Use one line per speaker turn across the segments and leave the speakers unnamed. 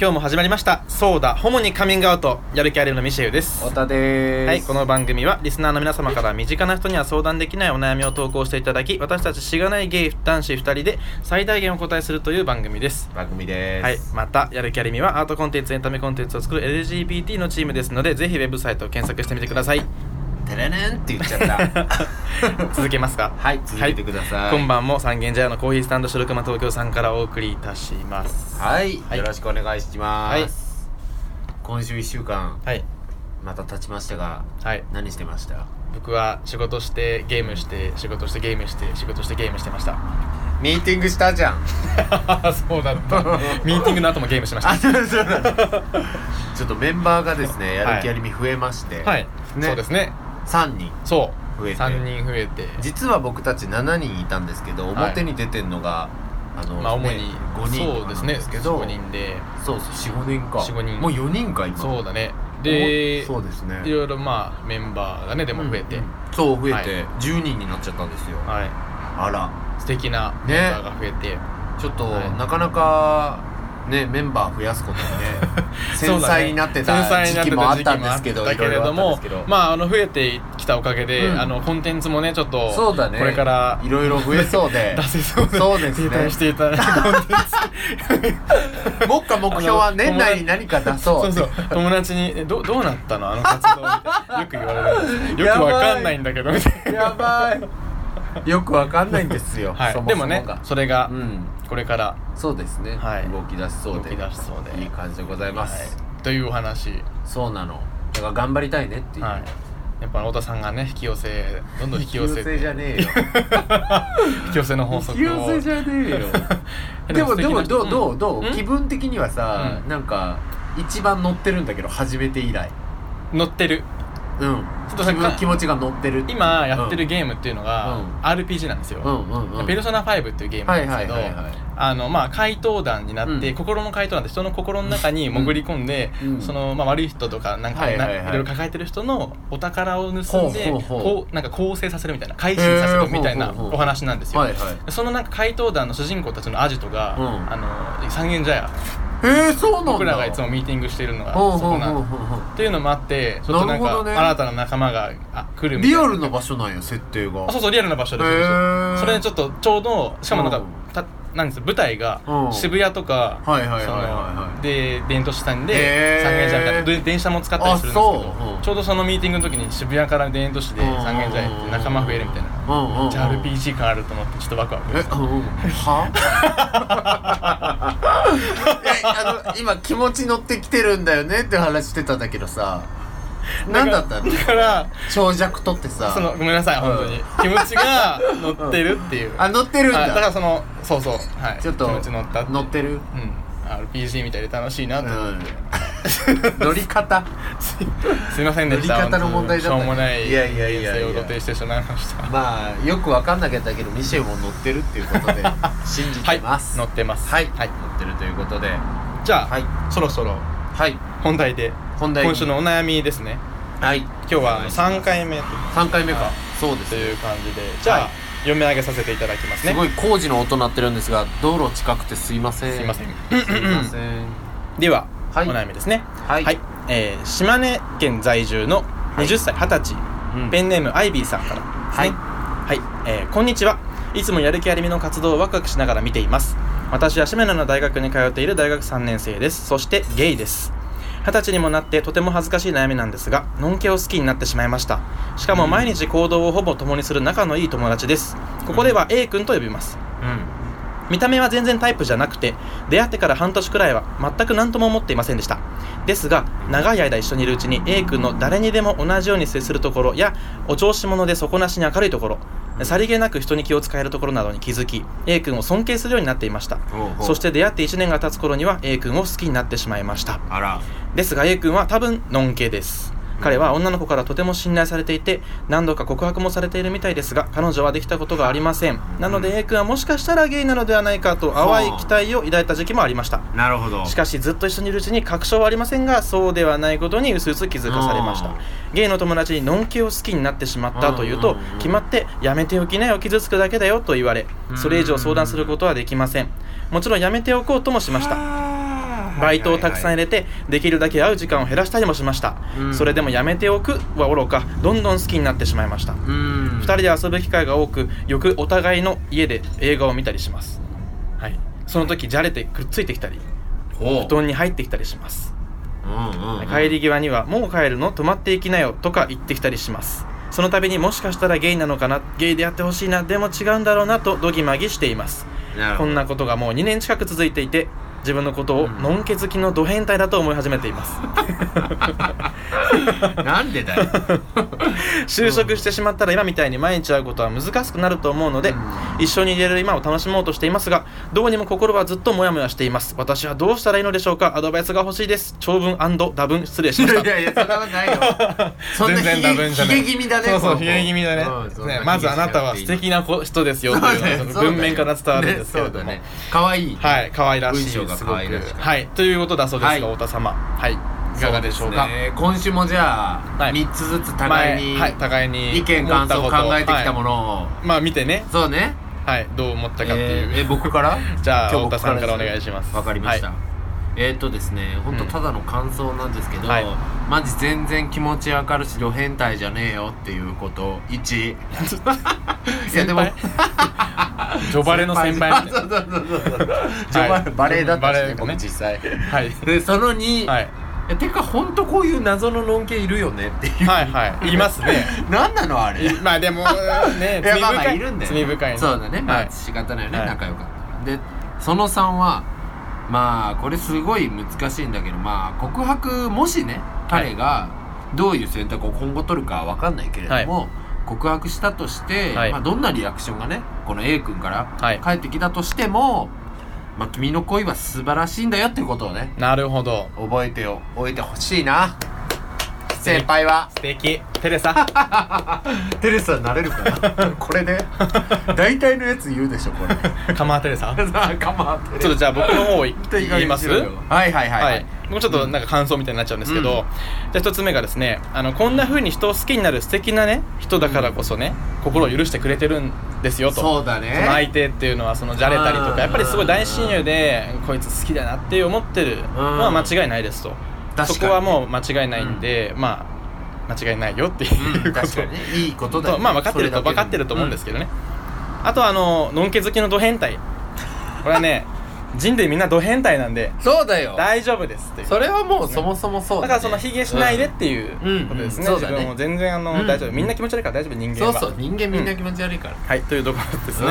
今日も始まりましたそうだホモにカミングアウトやる気ありのミシェルです
太田でーす
はい、この番組はリスナーの皆様から身近な人には相談できないお悩みを投稿していただき私たちしがないゲイ男子2人で最大限お答えするという番組です
番組で
はい
ーす、
またやる気ありみはアートコンテンツエンタメコンテンツを作る LGBT のチームですのでぜひウェブサイトを検索してみてくださ い
てれれんって言っちゃった
続けますか
はい続けてください
今晩も三軒茶屋のコーヒースタンド白熊東京さんからお送りいたします
はい、
はい
よろしくお願いします、今週1週間
はい
また経ちましたが
はい
何してました
僕は仕事してゲームして仕事してゲームして仕事してゲームしてました
ミーティングしたじゃん
そう だったミーティングの後もゲームしました
あそうだそうだちょっとメンバーがですねやる気やりみ増えまして、
はい、
ね
そうですね
3人
そう
増えて
3人増えて
実は僕たち7人いたんですけど
はい
表に出てんのが、あの
まあ主に
5人と
そう
か
で
な
す
ん
ね
ですけど
5人で
そうそう45人か
4-5人
もう4人か今
そうだねで
そうですね
いろいろまあメンバーがねでも増えて、
うんうんそう増えて、
はい
10人になっちゃったんですよ
は
あら
い素敵なメンバーが増えて、
ちょっと、
はい
なかなかねメンバー増やすことにね 繊細になってた
そうだね
時期もあったんですけど
繊細になってた時期もあったけれども
いろいろあったんですけど
まああの増えてきたおかげで、
うん
あのコンテンツもねちょっと
そうだね
これから
いろいろ増えそう で
出せそうで
そうですね
停滞していたコンテンツ
目下目標は年内に何か出そう
そうそう友達に「えどどうなったのあの活動」みたいなよく言われるんですよよくわかんないんだけどみたいな
やばいよくわかんないんですよ、
はい
そも
で
そ
も
も
ね
が
それが
うん
これから、
そうですね、
はい
動き出しそうで
動き出しそうで
いい感じでございます、
はいというお話、
そうなのだから頑張りたいねっていう、
はい、やっぱ太田さんがね引き寄せどんどん引き寄せ
じゃねえよ
引き寄せの法則を
引き寄せじゃねえ よでもでもどうどうどう気分的にはさ、
うん
なんか一番乗ってるんだけど始めて以来
乗ってる
うん
ちょっと
自
さ
分気持ちが乗ってる
今やってるゲームっていうのが、
うん
RPG なんですよ、
うんうんうん
ペルソナ5っていうゲーム
は
ないんですけど、
はいはいはい
あのまあ怪盗団になって、
うん
心の怪盗団って人の心の中に潜り込んで、
うん
その、まあ、悪い人とかなんか、
はいいはいはい
ろいろ抱えてる人のお宝を盗んで
ほうほうほう
こうなんか構成させるみたいな改心させるみたい
へー
な
ほうほうほう
お話なんですよ、
はいはい
そのなんか怪盗団の主人公たちのアジトが、
うん
あの三軒茶屋
えー、そうなんだ
僕らがいつもミーティングしているのが
ほ
そ
うほう
こ
ほう
なん
ほう
だっていうのもあってちょっとなん
なる
か
ほどね
新たな仲間があ来るみたい
リ
な
アルな場所なんや設定が
あそうそうリアルな場所です、
へー
それでちょっとちょうどしかもなんか、
うん
たなんですよ舞台が
うん
渋谷とか、
はいはいはいはいはい
そので電都市さん
へ
で
ー
三軒茶屋みたいなで電車も使ったりするんですけ
あそう
ど
うん
ちょうどそのミーティングの時に渋谷から電都市で
うん
三軒茶屋行って仲間増えるみたいな
うんうんうん
じゃあ RPG 感あると思ってちょっとワクワク
え、うんうん、 はえあの今気持ち乗ってきてるんだよねって話してたんだけどさ何だったの
だから
長尺取ってさ
そのごめんなさい本当に、
うん
気持ちが乗ってるっていう、
あ乗ってるん
はい
だ
だからそのそうそうはい
ちょっと
気持ち乗ったって
乗って
う
る
ん RPG みたいで楽しいな
う
と思って、
ん 乗 り方
すいませんでした
乗り方の問
本当に
題だったね
しょうもない
いやいやいやいや
遠征を露呈してしまいましたは
まあよく分かんなかったけどミシェルも乗ってるっていうことで信じて
い
ます
乗ってます
はい、乗ってるということでは
じゃあ、
い
そろそろ
はい
本題で
本題に
今週のお悩みですね
はい
今日はあの
はい
3回目
3回目か
はい
そうです
と
ね
いう感じでじゃあ、
はい
読み上げさせていただきますね
すごい工事の音鳴ってるんですが道路近くてすいません
すいません
すいません
では、
はい
お悩みですね
は
はい、えー島根県在住の20歳二十歳、
うん
ペンネームアイビーさんからですねはい、えーこんにちはいつもやる気ありみの活動をワクワクしながら見ています私は島根の大学に通っている大学3年生ですそしてゲイです二十歳にもなってとても恥ずかしい悩みなんですがのんけを好きになってしまいましたしかも毎日行動をほぼ共にする仲のいい友達ですここでは A 君と呼びます
う
見た目は全然タイプじゃなくて出会ってから半年くらいは全く何とも思っていませんでしたですが長い間一緒にいるうちに A 君の誰にでも同じように接するところやお調子者で底なしに明るいところさりげなく人に気を使えるところなどに気づき A 君を尊敬するようになっていました
ん
そして出会って1年が経つ頃には A 君を好きになってしまいました
あら
ですが A 君は多分のんけです彼は女の子からとても信頼されていて何度か告白もされているみたいですが彼女はできたことがありませんなので A 君はもしかしたらゲイなのではないかと淡い期待を抱いた時期もありました
なるほど
しかしずっと一緒にいるうちに確証はありませんがそうではないことにうすうす気づかされました
うん
ゲイの友達にのんけを好きになってしまったという
う
と
んうんうん
決まってやめておきなよ傷つくだけだよと言われそれ以上相談することはできませんもちろんやめておこうともしましたバイトをたくさん入れてできるだけ会う時間を減らしたりもしました、
うん
それでもやめておくはおろかどんどん好きになってしまいました、
うん
2人で遊ぶ機会が多くよくお互いの家で映画を見たりしますはいその時じゃれてくっついてきたり
おう
布団に入ってきたりします
うんうんうん
帰り際には「もう帰るの泊まっていきなよ」とか言ってきたりしますその度にもしかしたらゲイなのかなゲイでやってほしいなでも違うんだろうなとどぎまぎしています
なるほ
こ
ど
んなことがもう2年近く続いていて自分のことを
うん
のんけ好きのド変態だと思い始めています
なんでだよ
就職してしまったら今みたいに毎日会うことは難しくなると思うので、
うん
一緒にいれる今を楽しもうとしていますがどうにも心はずっとモヤモヤしています私はどうしたらいいのでしょうかアドバイスが欲しいです長文多文失礼しま
い
した
やいやそれはな いよそんな
全然ダ
ひ
メ
げ
じゃない
ひげ気味だね
そうそう
この子
ひげ気味だ
うん
ね
そんな
ね
ひげ
まずあなたは素
してやってい
敵
い
な子人ですよって
そうだ
い
よ
うのが
そうだよ
文面から伝わるんですけれども
ねそうだね可愛い
はい可愛らしいです
文章が可愛らしい
すごくはいということだそうですが
はい
太田様はいいかがでしょう
そ
か
ですね今週もじゃ
は
あ
い
三つずつ互いに
はい互いに
意見
思っ
感
た
想
こ
を
と
考えてきたも
はい
のを
まあ見てね
そうね
はいどう思ったかって
えー
い
え
う
僕から
じゃあ
今日
太田さんからお願い
僕
し
で
ます
わかりました
は
えっとですね本当ただの感想なんですけど
はい
マジ全然気持ちわかるしド変態じゃねえよっていうこと1いやでも
先 いジョバレの先輩みたい
そうそうそうそうジョバレバレエだったし
う
ね
んバレエ
僕実際
なはい
でその2
はい
えてか本当こういう謎ののんけいるよねっていう
はいはい言いますね
何なのあれ
いまあでもね
いや
罪
まあまあ
深
いるんだ
い
よ
罪深いね
そうだねま
はい
あ仕方ないよね、
はい
仲良かったでその3はまあこれすごい難しいんだけどまあ告白もしね彼がどういう選択を今後取るかは分かんないけれども、告白したとして、
はい
まあ、どんなリアクションがねこの A 君から
はい
返ってきたとしても、まあ、君の恋は素晴らしいんだよっていうことをね
なるほど
覚えておいてほしいな先輩は
素敵テレサ
テレサになれるか なこれで大体のやつ言うでしょこれ
カマーテレサち
さあかま
ょっとじゃあ僕の方い言います
はいはいはい
は
はい
い、もうちょっとなんか感想みたいになっちゃうんですけど、じゃあ一つ目がですねあのこんな風に人を好きになる素敵なね人だからこそね心を許してくれてるんですよと
そうだ
その相
ね
手っていうのはそのじゃれたりと
う
か
ん
やっぱりすごい大親友でこいつ好きだなって思ってるのは間違いないですと
確かに
そこはもう間違いないんで、まあ間違いないよっていううんこと
確かにねいいことだ
と
よ
まあ分かってると分かってると思うんですけどね、あとはあののんけ好きのド変態これはね 人類みんなド変態なんで
どそうだよ
大丈夫ですっていう
それはもうそもそもそう
だ
だ
からそのヒゲしないでっていう
うん
ことですね、
うんうん
自
そうだね
分も全然あの、
うん
大丈夫みんな気持ち悪いから大丈夫人間
そ
は
うそう人間みんな気持ち悪いから
はいというところですね、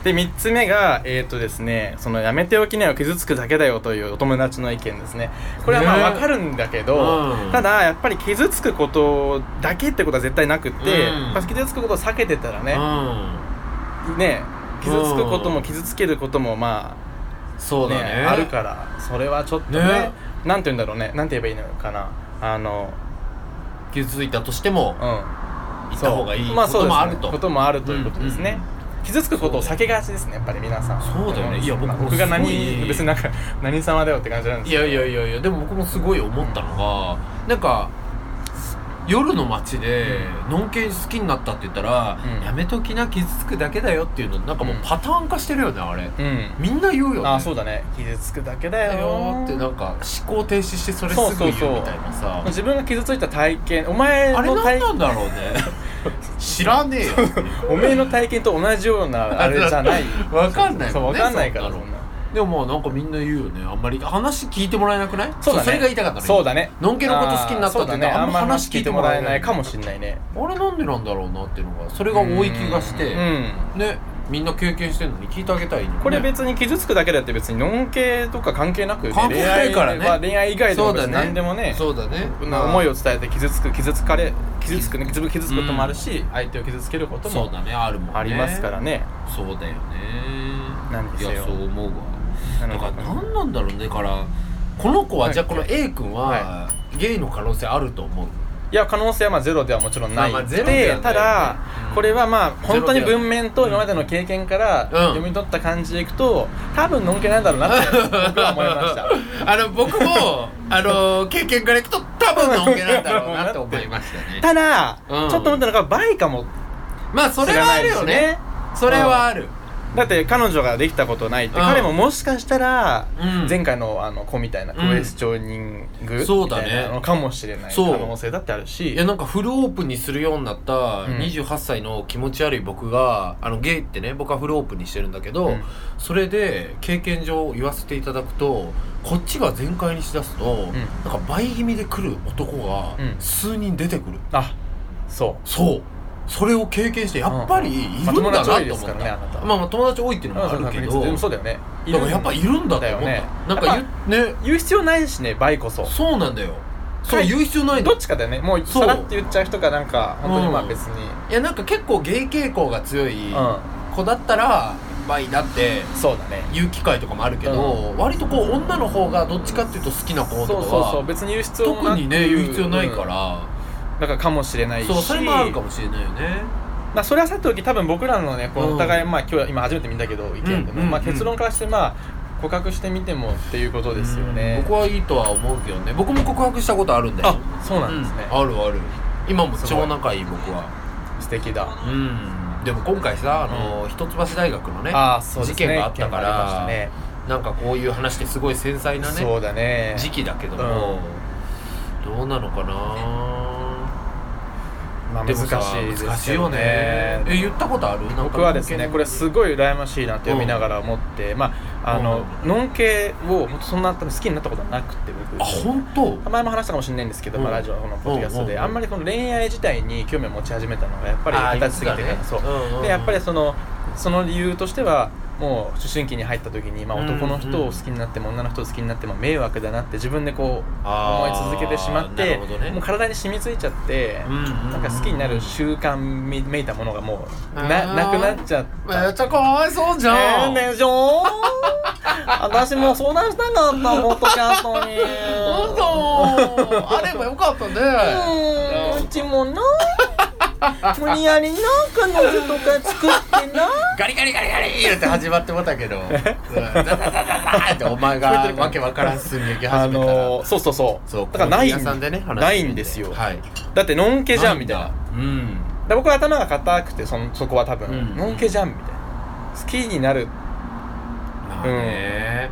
う
で3つ目がえっ、とですねそのやめておきなよ傷つくだけだよというお友達の意見ですねこれはまあ
ね
わかるんだけど、
うん
ただやっぱり傷つくことだけってことは絶対なくって、
うん
やっぱ傷つくことを避けてたらね、
う
ね傷つくこと
う
も
ん
傷つけることもま
んそ
あ、
う
ね
だね
あるからそれはちょっとね
ね
なんて言うんだろうねなんて言えばいいのかなあの
傷ついたとしても
うん
行った方がいい
まあ
こ
そうです
とも
ね
あると
こともあるということですね、傷つくことを避けがちですねやっぱり皆さん
そうだよねいや僕
まあ
も
僕が
すご
何
い
別になんか何様だよって感じなんです
い
けど
やいやいやいやでも僕もすごい思ったのが、なんか夜の街でのんけい好きになったって言ったら、
うん
やめときな傷つくだけだよっていうのなんかもうパターン化してるよねあれ
うん
みんな言うよね
あそうだね傷つくだけだ
だ
よ
よってなんか思考停止してそれす
そう
ぐ
そう
言
そう
うみたいなさ
自分が傷ついた体験お前
あれ
の
何
体
なんだろうね知らねえよ
おめえの体験と同じようなあれじゃない
わかんない
そう
も
わ
んね
かんないから
そ
そん
んなの
な
でもまあなんかみんな言うよねあんまり話聞いてもらえなくない
そうだね
それが言いたかった
そうだね
のんけのこと好きになったって言ったら
あーそうだねあ
あん
ん
ま
ま
話
話
聞
聞い
いて
て
も
も
ら
ら
え
え
な
ないいかもしれないね
あれなんでなんだろうなっていうのがそれが多い気がして、
うん
ねみんな経験してるのに聞いてあげたいのにね
これ別に傷つくだけだって別にノン系とか関係なくね
関係ないからね
恋愛は恋愛以外で
そ
も
う
別
だ
に
ね
何でもね
そうだね
な思い
を
を伝えて傷つく傷つかれ傷つくね自分傷つくこともあるし、相手を傷つけること
そう
も
だねあるもんね
ありますからね
そうだよね
なんですよ
いやそう思うわ
な
だ
の
から
で
何なんだろうねだからこの子はじゃあこの A 君は
は
ゲイの可能性あると思う
いや可能性はまあゼロではもちろんない
まあまあゼ
で
ロではない
ただ
うん
これはまあ本当に
ゼロではな
文
い
面と今までの経験から
うん
読み取った感じでいくと多分のんけなんだろうなって 僕は思いました
あの 僕もあの経験からいくと多分のんけなんだろうなと思いましたね
ただ、
うん
ちょっと思ったのがバイかも
まあそれはあるよねそれはある、
だって彼女ができたことないって、
うん
彼ももしかしたら
うん
前回のあの子みたいな
うん
クエスチョニングみ
そうだ
た
ね
いなのかもしれない可
そう
能性だってあるし
いやなんかフルオープンにするようになった
うん
28歳の気持ち悪い僕が、あのゲイってね僕はフルオープンにしてるんだけど、
うん
それで経験上言わせていただくとこっちが全開にしだすと、なんか倍気味で来る男が
うん
数人出てくる、
あそ
そうそれを経験してやっぱりいるんだなと思
まあ友達多いで
っ
す
た、
からねあなた
まあまあ友達多いっていう
う
のもあるけど、
でも
だ
そうだよね
からやっぱいるんだと思った
だよね
なん
や
か
っ
言うね
言う必要ないしね倍こそ
そうなんだよそう言う必要ないんだ
どっちかだよねもう
そ
さ
う
らって言っちゃう人かなんか本当にまあ別に
いやなんか結構ゲイ傾向が強い
うん
子だったらバイだって
そうだね
言う機会とかもあるけど、割とこう女の方がどっちかっていうと好きな
そ
方
う
と
そ
か
う
は
そう別に言う必要もな
特
く
にね言う必要ないか
うん
ら、
だからかもしれないし
そうそれもあるかもしれないよね
まあ、それはさておき多分僕らのねこ
う
うんお互い、まあ、今日今初めて見たけど意見でも、
うんうん
まあ、
うん
結論からしてまあ告白してみてもっていうことですよね
うん、僕はいいとは思うけどね僕も告白したことあるんだよ
あそうなんですね、
うんあるある今も
すごい
超仲いい僕は
素敵だ
うんでも今回さあの、一橋大学のね
ああそうですね
事件があったか
事
ら
件があり
なんかこういう話ってすごい繊細
ま
な
したね
ね
そうだね
時期だけども、どうなのかな
まあ、
で
難し
も
い
さ
です
難しいよねえ言ったことあるなんか
僕はですねこれすごい羨ましいなって読
う
み
ん
ながら思って、まああの、ノン系を本当そんな多分好きになったことはなくて僕
あ本当
前も話したかもしれないんですけど、まあ、
うん
ラジオこのポッドキャスト
うんうん
で
うん
あんまりこの恋愛自体に興味を持ち始めたのがやっぱり
あー
二十歳過ぎてから
いつ
そ
だ
う
ねうんうんうん
でやっぱりそのその理由としてはもう思春期に入った時に、まあ、
うんうん
男の人を好きになっても女の人を好きになっても迷惑だなって自分でこう思い
あー
続けてしまって、
なるほどね
もう体に染みついちゃって、
うんうんうん
なんか好きになる習慣めめいたものがもうな
あ
な
ー
くなっちゃっ
め
た
っちゃかわいそうじゃん、
えーでしょ 私もう相談したかったポッドキャストに
本当あればよかったね
うーんうちもな無理やりなんかの図とか作ってな
ガリガリガリガリーって始まっても たけどうんザザザザザってお前が
聞こえてるかな
わけわからん進み行き
あ
始めたら、
のー、そうそうそう
そう
だからない
小屋さんでね話して
ないんですよ
はい
だってのんけじゃんみたいな
なんだうん
で僕は頭が硬くてそのそこは多分、
うん
のんけじゃんみたいな好きになる
まあね、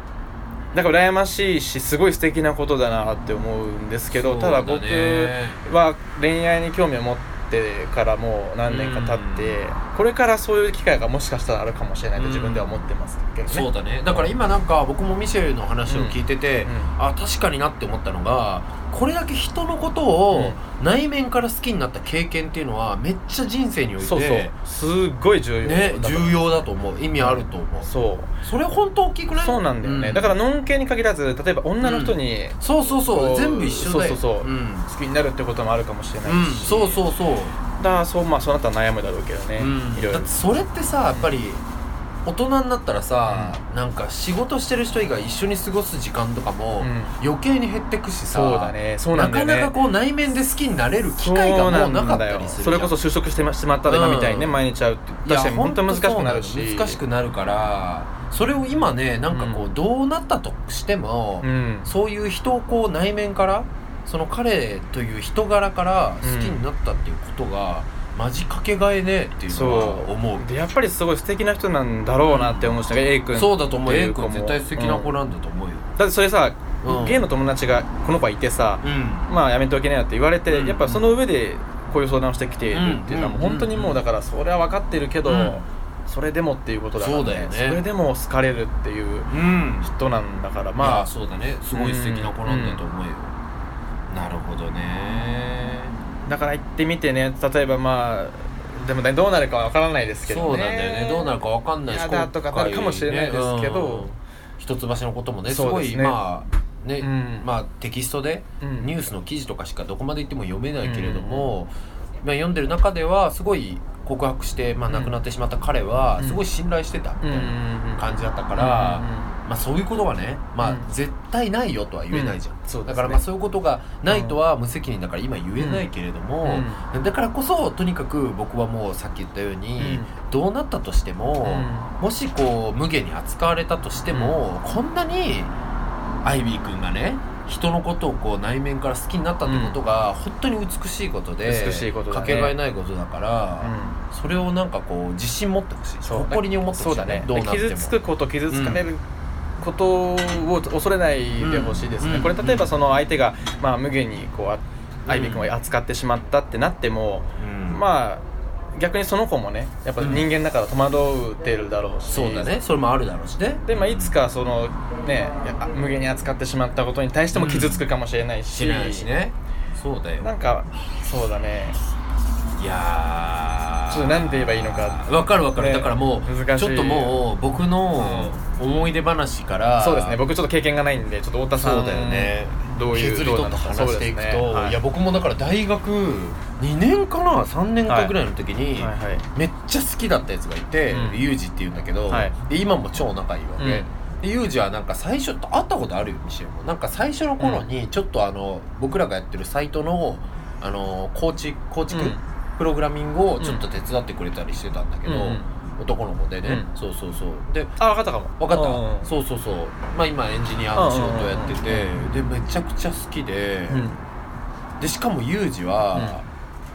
だから羨ましいしすごい素敵なことだなって思うんですけど
そう
ただ
だね
僕は恋愛に興味を持ってからもう何年か経って、これからそういう機会がもしかしたらあるかもしれないと自分では思ってますけどね、
そうだねだから今なんか僕もミシェルの話を聞いてて、
うん
あ確かになって思ったのがこれだけ人のことを内面から好きになった経験っていうのはめっちゃ人生において
そうそうすっごい重要
ね
だから
重要だと思う意味あると思う
そう
それ本当大きくない
そうなんだよね、
う
だからのんけに限らず例えば女の人に
そうそうそ
こう
う全部一緒
そ
だよ
うそうそうん好きになるってこともあるかもしれないし、
うん、そうそうそう、
だからそうまあそうなったら悩むだろうけどね、
うん、
いろいろ
だってそれってさやっぱり大人になったらさ、なんか仕事してる人以外一緒に過ごす時間とかも
うん
余計に減ってくしさ、
そうだねそうなんだよね
なかなかこう内面で好きになれる機会がもうなか
そうな
ったりするじゃん
んだよそれこそ就職してましまったら今みたいにね、
うん
毎日会うって
いや
確かに本当に難しくなる
本当そうな
し
の難しくなるからそれを今ねなんかこ
う
うどうなったとしても、
うん
そういう人をこう内面からその彼という人柄から好きになったっていうことが、マジかけがえねえっていうのは思う
でやっぱりすごい素敵な人なんだろうなって思うし、ね A 君
そうだと思う
ってい
A
う子も
君絶対素敵な子なんだと思うよ、
だってそれさ、
うん
ゲイの友達がこの子はいてさ
うん
まあやめておけないよって言われて、
うん
やっぱその上でこういう相談をしてきているっていうのはもう本当にもうだからそれは分かってるけど、
うん
それでもっていうことだから、
そうだよね
それでも好かれるっていう
うん
人なんだから
ま
ま
あ
あ
そうだねすごい素敵な子なんだと思うよ、なるほどね
だから行ってみてね例えばまあでもねどうなるかは分からないですけどね
そうなんだよねどうなるかわかんないし
やだとかなるかもしれないですけど
うん一橋のこともねす
そう
ご
です
い
ね
まあね、
うん
まあテキストで
うん
ニュースの記事とかしかどこまで行っても読めないけれども、まあ、読んでる中ではすごい告白して、まあ、
うん
亡くなってしまった彼は
うん
すごい信頼してたみ
うんう
たい
ん
な
うん
感じだったから、
うんうんうん
まあ、そういうことはね、ま
うん
あ、絶対ないよとは言えないじゃん、
うんそうですね
だからまあそういうことがないとは無責任だから今言えないけれども、だからこそとにかく僕はもうさっき言ったように、
うん
どうなったとしても、もしこう無下に扱われたとしても、こんなにアイビー君がね人のことをこう内面から好きになったってことが、本当に美しいことで
美しいことだね
かけがえないことだから、
う
それをなんかこう自信持ってほしい
そう
誇りに思ってほ
そう
しい
だね
どうなっても
傷つくこと傷つかれることを恐れないでほしいですね、
うん
これ
うん
例えばその相手が、まあ、無限にこうあアイビー君を扱ってしまったってなっても、
うん
まあ逆にその子もねやっぱ
うん
人間だから戸惑ってるだろうし、
そうだねそれもあるだろうしね
で、まあ、いつかそのねあ無限に扱ってしまったことに対しても傷つくかもしれないし,、
しないしねそうだよ
なんかそうだね
いやー
ちょっとなんて言えばいいのか
わかるわかる、
ね
だからも
難
う
し
ち
い
ょっともう僕の思い出話から、
そうですね僕ちょっと経験がないんでちょっと太田さん
そうだよね
どういう
削り取
ど
った
うなの
話
か
していくと、
そうですねはい
いや僕もだから大学2年かな3年かぐらいの時に、
はいはい
めっちゃ好きだったやつがいて、
うん
ユージっていうんだけど、
はい
で今も超仲いいわけ、
うん
でユージはなんか最初会ったことあるよにしようなんか最初の頃にちょっとあの僕らがやってるサイトのあの構築構築、
うん
プログラミングをちょっと手伝ってくれたりしてたんだけど、
うんうん
男の子でね、
うん
そうそうそうで
あ分かったかも
分かった、
うん
そうそうそうまあ今エンジニアの仕事をやってて、でめちゃくちゃ好きで、
うん
でしかもユージは、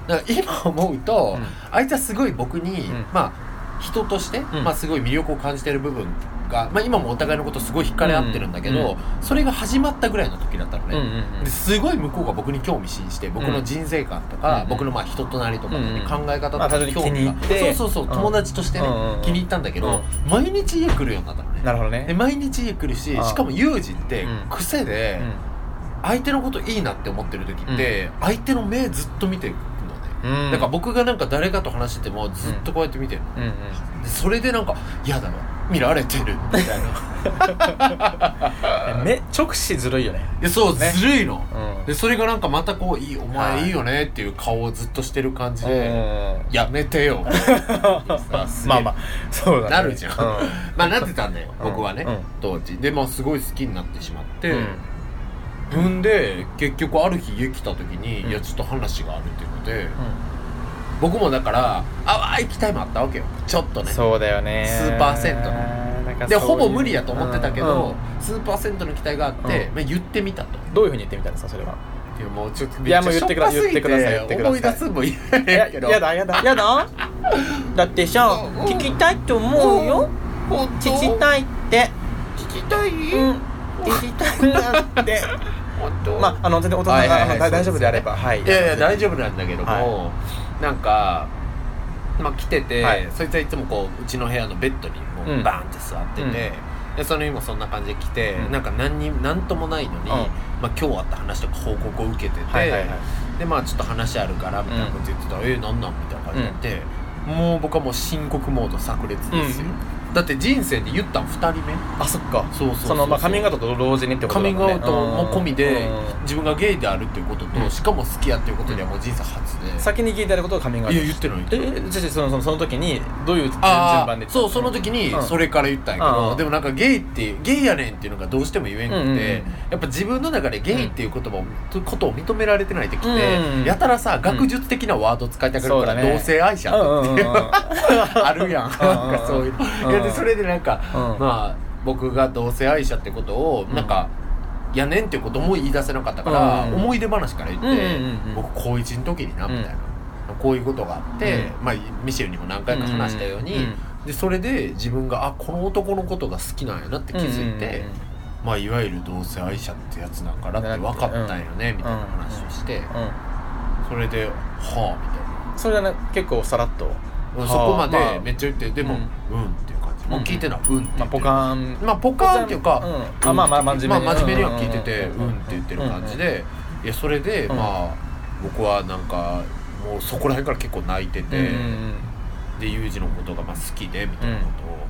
だから今思うと、
うん
あいつはすごい僕に、
うん
まあ人として、
ん
まあ、すごい魅力を感じてる部分が、まあ、今もお互いのことすごい惹かれ合ってるんだけど、それが始まったぐらいの時だったのね、
うんうんうん
ですごい向こうが僕に興味津々して僕の人生観とか、
うん
僕のまあ人となりとか、
うんうん
考え方と
まあ
か
単純に
興
気に
味
入
が、
って
そうそうそう、
うん
友達としてね、
うんうんうん
気に入ったんだけど、毎日家来るようになったのね
なるほど
で
ね
毎日家来るし
あ
しかもユージって
うん
癖
う
で
ん
相手のこといいなって思ってる時って相手の目ずっと見てるのね
うん
だから僕がなんか誰かと話しててもずっとこうやって見てるの
うんうん
でそれでなんか「嫌だな見られてる」みたい な
目直視ずるいよね
でそう
ね
ずるいの
うん
でそれがなんかまたこう「いいお
はい
前いいよね」っていう顔をずっとしてる感じ
うん
で「やめ てよ」
まあまあ そうだね
なるじゃん
う
まあなってたんだよ僕はね
うん
当時でまあすごい好きになってしまって、
うん
んで結局ある日家来た時に、
うん
いやちょっと話があるっていうので
う
僕もだから淡い期待もあったわけよちょっと
ん
ね
そうだよね
数パーセン
な
ト
んかそういう
でほぼ無理やと思ってたけ
うんう
ど、
ん
数パーセントの期待があって、
うん
まあ、言ってみたと
どういうふうに言ってみたんですかそれはい
やもうちょっと
いやもう言ってくだ
しょぱす
言
ぎ
ってください言ってください
思い出すんも言
い
えないけど
やだやだやだ だってさ
うんうん
聞きたいと思うよ
本当
聞きたいって
聞きたい、
うん聞きたいんだって
本当
まああの全然お父さん
はいは
が
い
あ
はい
の大大丈夫であればはい
いやいや大丈夫なんだけども、
は
なんか、まあ、来てて、
はい
そいつはいつもこううちの部屋のベッドにも
うん
うバーンって座ってて、
うん
でその日もそんな感じで来て、
うん
なんか何に何ともないのに、
うん
まあ、今日あった話とか報告を受けてて、
はいはいはい
でまあちょっと話あるからみたいなこと言ってたら「えなんなん?」みたいな感じになって、もう僕はもう深刻モード炸裂ですよ、だって人生で言ったん2人目
あそっか
そうそうそう
そのまあカミングアウトと同時にってこと
カ
だ
ミ
もん
ン
ね
グアウトも込みで
うんうん
自分がゲイであるっていうことと、
うん
しかも好きやっていうことにはもう人生初で、
先に聞いてあることをカミングアウ
い
ト
や言ってない言って
え
ない
えじゃあそのそのその時にどういう順順
あ
番
あ
で
そうその時に
うん
それから言ったんやけど、
うん
でもなんかゲイってゲイやねんっていうのがどうしても言えんくて、
うんうんうん
やっぱ自分の中でゲイっていう言葉を、ことを認められてない時って、
うんうん
やたらさ学術的なワード使いたくなるから、
そうだね
同性愛者
うんうん
っ
うん
て、
うん
あるやん、なんかそういう、
うん
いやでそれでなんか、
うん
まあ僕が同性愛者ってことを
うん
なんか、やねんっていうことも言い出せなかったから、
うん
思い出話から言って、
うんうんうん
僕高1の時になみたいな、こういうことがあって、まあ、ミシェルにも何回か話したように、
うんうん
でそれで自分があこの男のことが好きなんやなって気づいて、
うんうんうん
まあ、いわゆる同性愛者ってやつなんかなって分かったんよね、みたいな話をして、
う
それで「はあ」みたいな。
んそれはね結構さらっと
う
は
ん
あ
そこまで
まあ
めっちゃ言ってでも「うん」っていう感じもう聞いてない「うん」って
まあ
言っ
ポ
て
カーン
まあポカーンっていうか、
うんあまあまあ真面目に
まあ真面目には聞いてて「
う
うんん」って言ってる感じで、いやそれで、
うん
まあ僕はなんかもうそこら辺から結構泣いてて、
うんうん
でユージのことがまあ好きでみたいなことを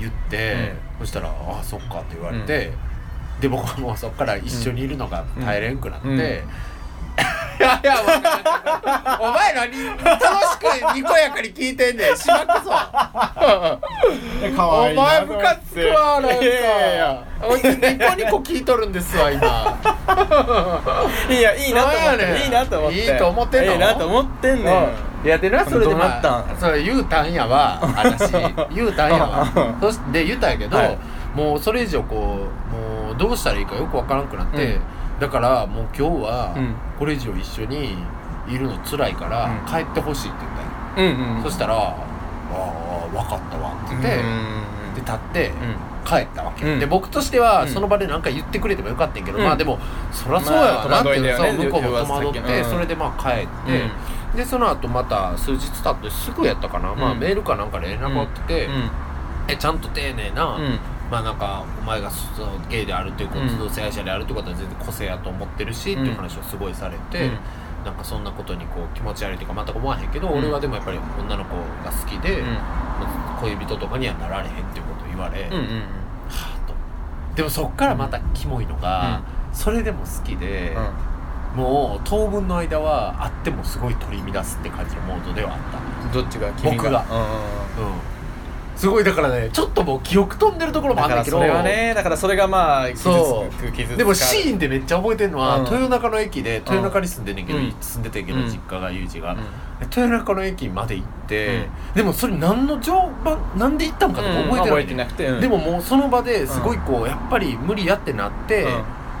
言って、そしたら「あそっか」って言われて、で僕はもうそこから一緒にいるのが耐えれんくなって。
うんうん
いやいやわかんないお前らに楽しくにこやかに聞いてんねんしまくぞ
うんかわいい
お
な
前ムカつくわなんか
いやいや
おいニコニコ聞いとるんですわ今
いやいいなと思っ
そうや
て
ねん
いいなと思って
いいと思ってんの
いいなと思ってんねん
いやでなそれでま
どうなった
あそう言うたんやわ私言うたんやわ
うん
そしてで言うたんやけど
はい
もうそれ以上こうもうもうどうしたらいいかよくわからんくなって、
う
だからもう今日
うん
はこれ以上一緒にいるの辛いから
うん
帰ってほしいって言ったよ、
うんうん
そしたら「ああ分かったわ」って言って、で立って帰ったわけ、
うん
で僕としては
うん
その場で何か言ってくれてもよかったんやけど、
うん
まあでもそりゃそうやわなってい
まあ戸惑いだ
う
よね
そう向こうも戸惑っ
要は
て、
うん
それでまあ帰って、
で
でその後また数日経ってすぐやったかな、まあ
うん
メールかなんかで連絡が来て、えちゃんと丁寧な、
うん
まあなんかお前がそうゲイであるっていうこと、
うん
同性愛者であるってことは全然個性やと思ってるし、
うん
っていう話をすごいされて、
うん
なんかそんなことにこう気持ち悪いというか全く思わへんけど、
ん
俺はでもやっぱり女の子が好きで、まあ恋人とかにはなられへんっていうことを言われ、
うんうん
はぁとでもそっからまたキモいのが、それでも好きで、もう当分の間はあってもすごい取り乱すって感じのモードではあった。
うんどっちが君
僕がうんすごいだからねちょっともう記憶飛んでるところもあ
だか
る
ら
んだけ
そ
ど
れはねだからそれがまあ傷つ
そう
く傷つく
でもシーンでめっちゃ覚えてるのは、
うん
豊中の駅で豊中に住んでんねんけど、
うん
住んでてんけど、
うん
実家がユージ
う
が、
ん
で豊中の駅まで行って、でもそれ何の常盤なんで行ったんかとか覚えてない、
覚えてなくて
で
も
ももうその場ですごいこうやっぱり無理やってなって、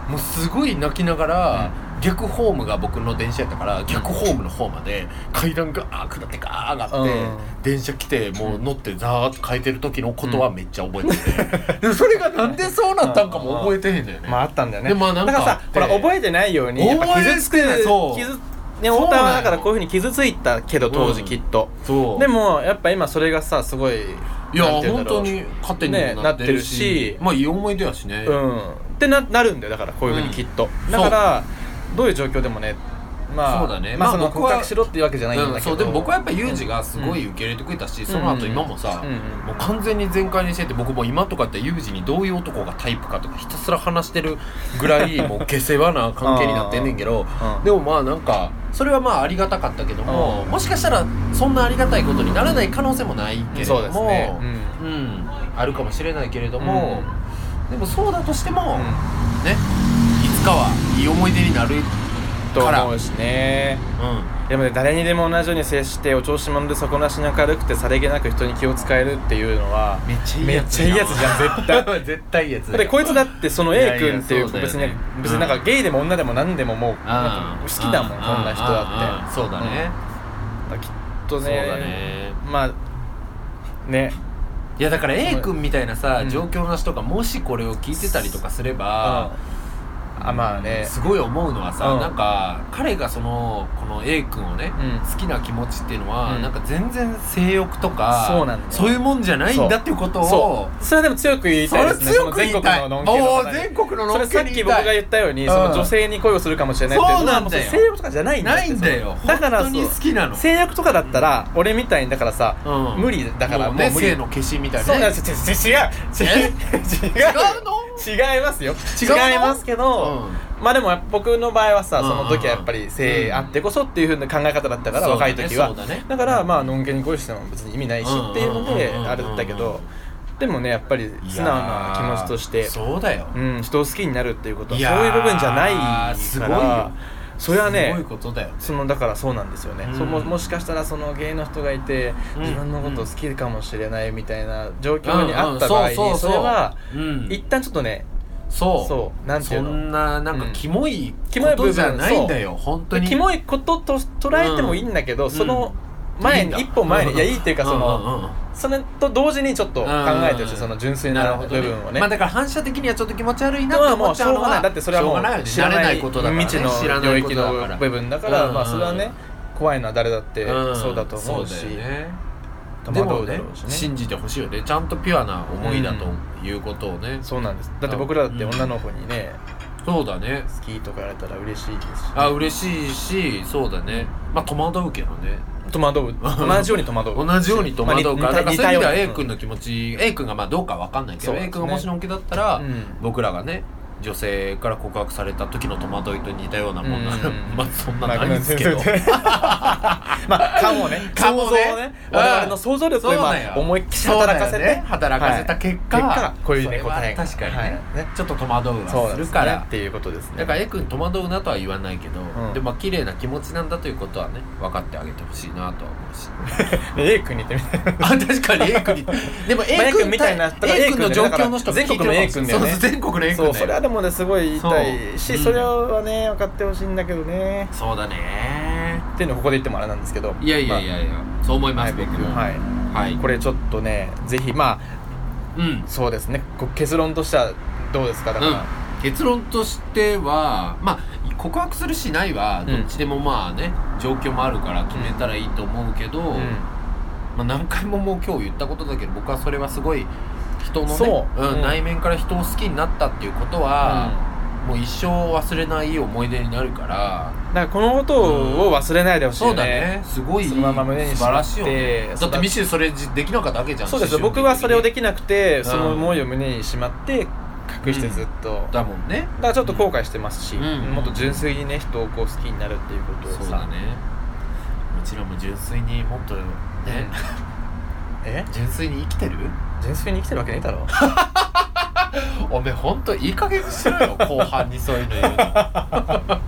もうすごい泣きながら、逆ホームが僕の電車やったから逆ホームの方まで階段がー下ってガー上がって、
うん
電車来てもう乗ってザーッと書いてる時のことはめっちゃ覚えて て、でもそれがなんでそうなったんかも覚えてへんだよね、
まああったんだよね
でもなんか
だからさ
あって
ほら覚えてないようにやっぱ傷つく
覚えてないそう
傷ね
そうなの
太田はだからこういうふうに傷ついたけど当時
うん
きっと
そう
でもやっぱ今それがさすごい
いや
なんて言うん
本
だろう
当に糧に
ね
もなってるし,、
なってるし
まあいい思い出やしね、
うんってななるんだよだからこういうふうにきっと、
うん
だからどういう状況でもねまあ
そうだね
まあ、
まあ
その
僕
告
は
白しろっていうわけじゃないんだけど、
うんそうでも僕はやっぱユージがすごい受け入れてくれたし、その後今もさ、
うんうんうん
もう完全に全開にしてて僕も今とかってユージにどういう男がタイプかとかひたすら話してるぐら いもう下世話な関係になってんねんけど
うん
でもまあなんかそれはまあありがたかったけども
うん
もしかしたらそんなありがたいことにならない可能性もないけれど
そう
も
ですねうん
うんあるかもしれないけれども、でもそうだとしても、
うん
ねいつかはいい思い出になる、
と
から
思うしねでもね誰にでも同じように接してお調子者で底なしに明るくてさりげなく人に気を使えるっていうのは
めっちゃいい
め
や
っ
つ
ちゃいいやつじゃん絶対
絶対いいやつ
でこいつだってその A
いやい
君
や
っていう
そうだよね
別に別になんかゲイでも女でも何でももう
あ
なん
ー
か好きだもんこ
あー
んな人だ
あー
っ
あー
て
そうだね、
うんきっと
そうだね
まあね
いやだから A 君みたいなさ、
うん
状況の人がもしこれを聞いてたりとかすれば、
うんあまあね
すごい思うのはさ、
うん
なんか彼がそのこの A 君をね、
うん
好きな気持ちっていうのは、
うん
なんか全然性欲とか
そうなんだよ
そういうもんじゃないんだっていうことを
そうそれはでも強く言い
そ
たい
れ
ですね
強く言いたい
その全国ののんけの方
おー
に
全国の
そ
の
れ
ん
さっ
けに
き
言い
僕
た
が
い
言ったように、その女性に恋をするかもしれないって
そうなんだよ
それはもう性欲とかじゃないんだって
ないんだよ
そのだから
本当に好きなの
そう性欲とかだったら、俺みたいにだからさ、
うん
無理だからもう
もうね
無理
性の化身みたい
そ
な
う
ね
なんですよちち違う違う違う
違うの
違いますよ
違うの
違いますけど、まあでもやっぱ僕の場合はさその時はやっぱり性あってこそっていう風な考え方だったから、
そう
若
だね
い時は
そうだね
だからまあのんけに恋しても別に意味ないしっていうので
うんうんうんうんうん
あれだったけどでもねやっぱり
いやー
素直な気持ちとして
そうだよ、
うん、人を好きになるっていうことはいそう
やー
いう部分じゃないから
すごいよ
それは
すごい
ね
ことだよ
そのだからそうなんですよね、
うん
そももしかしたらその芸の人がいて、
うん
自分のことを好きかもしれないみたいな状況にあった場合に、
うんうんそうそうそう
それは、
うん
一旦ちょっとね
そう
そうなんていうの
そんななんか
うん
キモい
キモい
こ
部分
とじゃないんだよ、本当に
キモいことと捉えてもいいんだけど、
ん
その前に
いい
一
んだ
歩前に
うん
いやいいっていうかその、
うんうんうん
それと同時にちょっと考えてほし
う
い
ん
その純粋
な
な
るほ
部
ど、ね、
分をね
まあだから反射的にはちょっと気持ち悪いな
だから
って
も
思
う
っ
し
ちゃ
ょう
うの
がない
は
だってそれはも
しょうがないよ
う
ね
知ら
慣れ
な
ないいこ
未
とだからね
知の領域の部分だからまあそれはね怖いのは誰だってそうだと思うし
そだよね
戸
で
惑
も
うだ
ね
ろうしね
信じてほしいよねちゃんとピュアな思いだということをね、
そうなんですだって僕らだって女の子にね
そうだね
好きとか言われたら嬉しいですし
あ嬉しいしそうだねまあ戸惑うけどね
戸惑 う同じように戸惑う
同じように戸惑うから、
まあ
だ
似
か
た
らそういう意味で
似たよ
は
う
A
な
君の気持ち、A 君がまあどうかわかんないけ
そ
ど、
うですね
A 君がもしのんけだったら、
うん
僕らがね女性から告白された時の戸惑いと似たようなもんな、
うん
まあそんなないんですけど、
まあかもね
かも
想
ね
像をね
うん
我々の想像力を今
そうだよ
思いっきり働かせて、
そうだよね働かせた結果,、
はい結果こういうね
それは
答えが
確かにね,、
はい
ちょっと戸惑う
そうな
は
ん
す
で
る
す
から、
ねっていうことですね
だから A 君戸惑うなとは言わないけど、
ん
でもまあ綺麗な気持ちなんだということはね分かってあげてほしいなとは思 うし
A 君に言ってみたい
あ確かに A 君にでも A 君,、
まあ A 君みたいな
A 君の状況の人
だから全国の A 君だよね
そうそう全国の A 君だ
そ
よ
うそれはでもねすごい言いたい
そう
し
うん
それはね分かってほしいんだけどね
そうだね
っていうのをここで言ってもあれなんですけど
いやいやいやいや、そう思い
まあ
ま
は
す、
い
僕
僕
も
はい
はい
これちょっとねぜひま
う
あ
ん
そうですねこ結論としてはどうですかだから、
結論としてはまあ告白するしないはどっちでもまあね、状況もあるから決めたらいいと思うけど、
うん
まあ、何回ももう今日言ったことだけど僕はそれはすごい人のね
そう
うん
うん
内面から人を好きになったっていうことは、もう一生忘れない思い出になるから
だからこのことを忘れないでほしい
そ
よ
うだね
ね
すごい
そのまま胸にしまって
素晴らしいよねだって
育て
ミシェルそれできなかったわけじゃん
そうですよ
思春期
僕はそれをできなくて、
ん
その思いを胸にしまって隠してずっと、だ
だもんね
からちょっと後悔してますし、
うん
もっと純粋にね人をこう好きになるっていうことを
そうだ
さ、
ねうちらも純粋にもっとね、
え
純粋に生きてる
純粋に生きてるわけねえだ ろ
おめえほんといい加減にしろよ後半にそういうの言 うの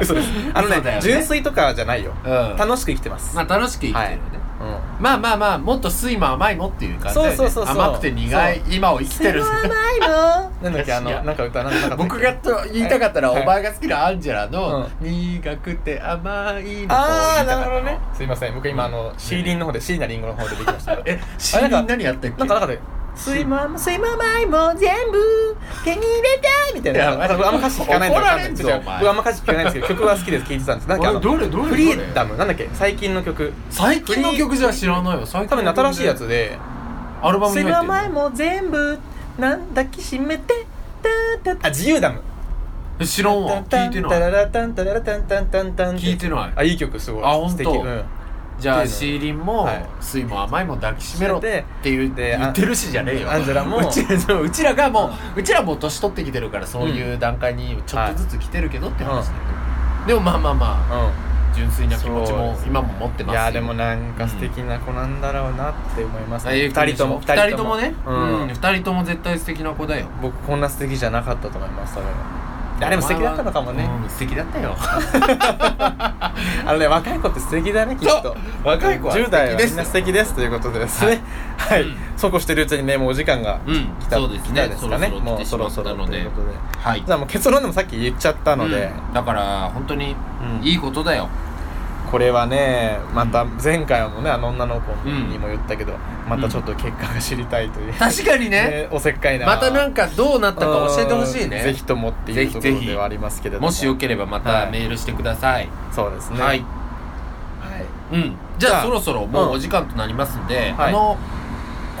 嘘ですあのね
嘘だよね
純粋とかじゃないよ
うん
楽しく生きてます、
まあ楽しく生きてるよね、
うん
まあまあまあもっと酸いも甘いもっていう感じで、ね、
そうそうそうそう
甘くて苦い今を生き てる
甘いのなんだっけあ
いや
のなんか歌なんかなかったっけ
僕がと言いたかったら、
はい
お前が好きなアンジェラの「
うん
苦くて甘いの」
ああなるほど
言い
ね
たかっ
すいません僕今あのシーリンの方でシーナリンゴの方でできました
たのえシ
あれ
ー
な
リ
ん
ン
か
何やったっけ
なんか中で「すいまもすいままいも全部手に入れたい」みたい
い
な
や
なんか僕あんま歌詞聞かないんでわ
怒
からんな
れ
い
ん
ち
ぞ
ょっ
お
と
前
僕あんま歌詞聞かないんですけど曲は好きです聞いてたんですなんかあの
どれどれ
フリーダムなんだっけ最近の曲
最近の曲じゃ知らないよ最
多
近
分ね
の曲
新しいやつで
アル
「
バム
す
に
い
入
ま
っ
ま
てる
いも全部なんだきしめて」たたあ自由ダム
え知らんわ聞いて
タ
ない
ララタンタララタンタンタンタン
聞いてない
あいい曲すごい
あ本当
素敵うん
じゃ
聞い
あ
てない
シーリンも
はい
酸いも甘いも抱きしめろって
で
言う
で
言ってるしじゃねえよ
アンジェラも
うちそううちらがもううちらもう年取ってきてるからそういう段階にちょっとずつ来てるけどって話だよでもまあまあま
うん
あ純粋な気持ち
そう
も
です
今も持ってま
い
す
やでもなんか素敵な子なんだろうなって思いますね、
2
2人とも
2人ともね
う
うんん2人とも絶対素敵な子だよ
僕こんな素敵じゃなかったと思います多分あれも素敵だったのかもね、
うん素敵だったよ
あのね若い子って素敵だねきっ
そ
と
う若い子は素敵
10代は
で
み
す
んな素敵ですということでですねはい、
うん
そうこうしてるうちにねもうお時間が
うん
来た,、
そうで
来
す
た
ね
です
そ
か
ろ
ね
そろ来
もう
て
そ
し
ろ
まっ
そ
た
ろ
の
とい
で
うことで
はい
じゃあもう結論でもさっき言っちゃったので、
うんだから本当に
うん
いいことだよ
これはねまた前回もねあの女の子にも言ったけど、またちょっと結果が知りたいという、
確かにね
ねおせっかいな
またなんかどうなったか教えてほしい
うん
ね
ぜひともって
ぜ
いう
ひ
と
ぜ
こ
ひ
ろではありますけれども
もしよければま
は
た
い
メールしてください、
そうですね
はい
はい
うん、
じ
じゃ
ゃあ
あそろそろも
うん
うお時間となりますんで、
はい
あの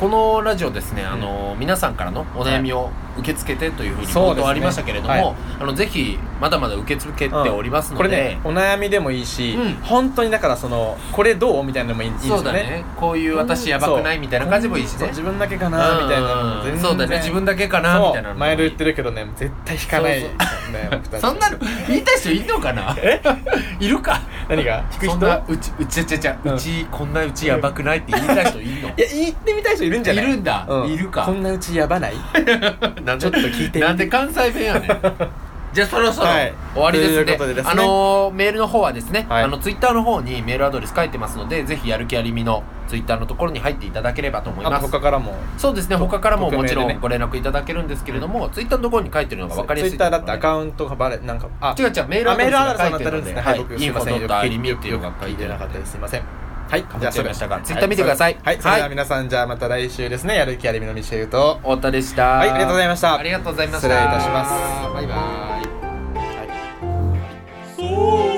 このラジオですね、あの皆さんからのお悩みを受け付けてというふうに
そうですね
冒頭ありましたけれども、
はい
あのぜひまだまだ受け付けておりますの
こ
で、
れねお悩みでもいいし、
うん
本当にだからそのこれどうみたいなのもいいいいんですよ
そ
ね
うだねこういう私やばくないみたいな感じもいいし
そう
ね
自分だけかなみたいなのも全
うん
然
そうだね自分だけかなみた
そ
いなの
う
も
前で言ってるけどね絶対引かないね僕たち
そんなの言いたい人いんのかないるか
何が引く人
そんなうちうちちゃちゃ
うん
うちこんなうちやばくないって言いたい人いんの
いや言ってみたい人いるんじゃない
いるんだ
う
いるか
こんなうちやばない
なん
ちょっと聞いてみて
なんで関西弁やねん じゃあそろそろ
はい
終わりですね,、
ということでですね
あのーメールの方はですね、
はい
あのツイッターの方にメールアドレス書いてますのでぜひやる気ありみのツイッターのところに入っていただければと思い
あ
ま
と
す
他からも
そうですね他からも
匿名
も
で
ち
ね
ろんご連絡いただけるんですけれども、ツイッターのところに書いてるのが分かりやすい
ツイッターだってアカウントがバレなんかあ
違う違うメール
あ
アド
メー
レス
ルアドレスにないって
が書
て
る
るん
の
です
で、
ね。
はい、
僕す
イ
い
ンフ
ません。
ォ
よく
ドットア
聞
リミ
い
ってていうのが書いて
な
な
か
か
っ
ったた
で。
ですす
すいません。はい。
かぶっちゃいましたが
はい
ツイッター見てください
はい。それでは皆さん、じゃあまた来週ですね。やる気ありみのミシェルと。
太田でした
はい、ありがとうございました。
ありがとうございまし
失
た
礼いたします
バイバイ
はい
そう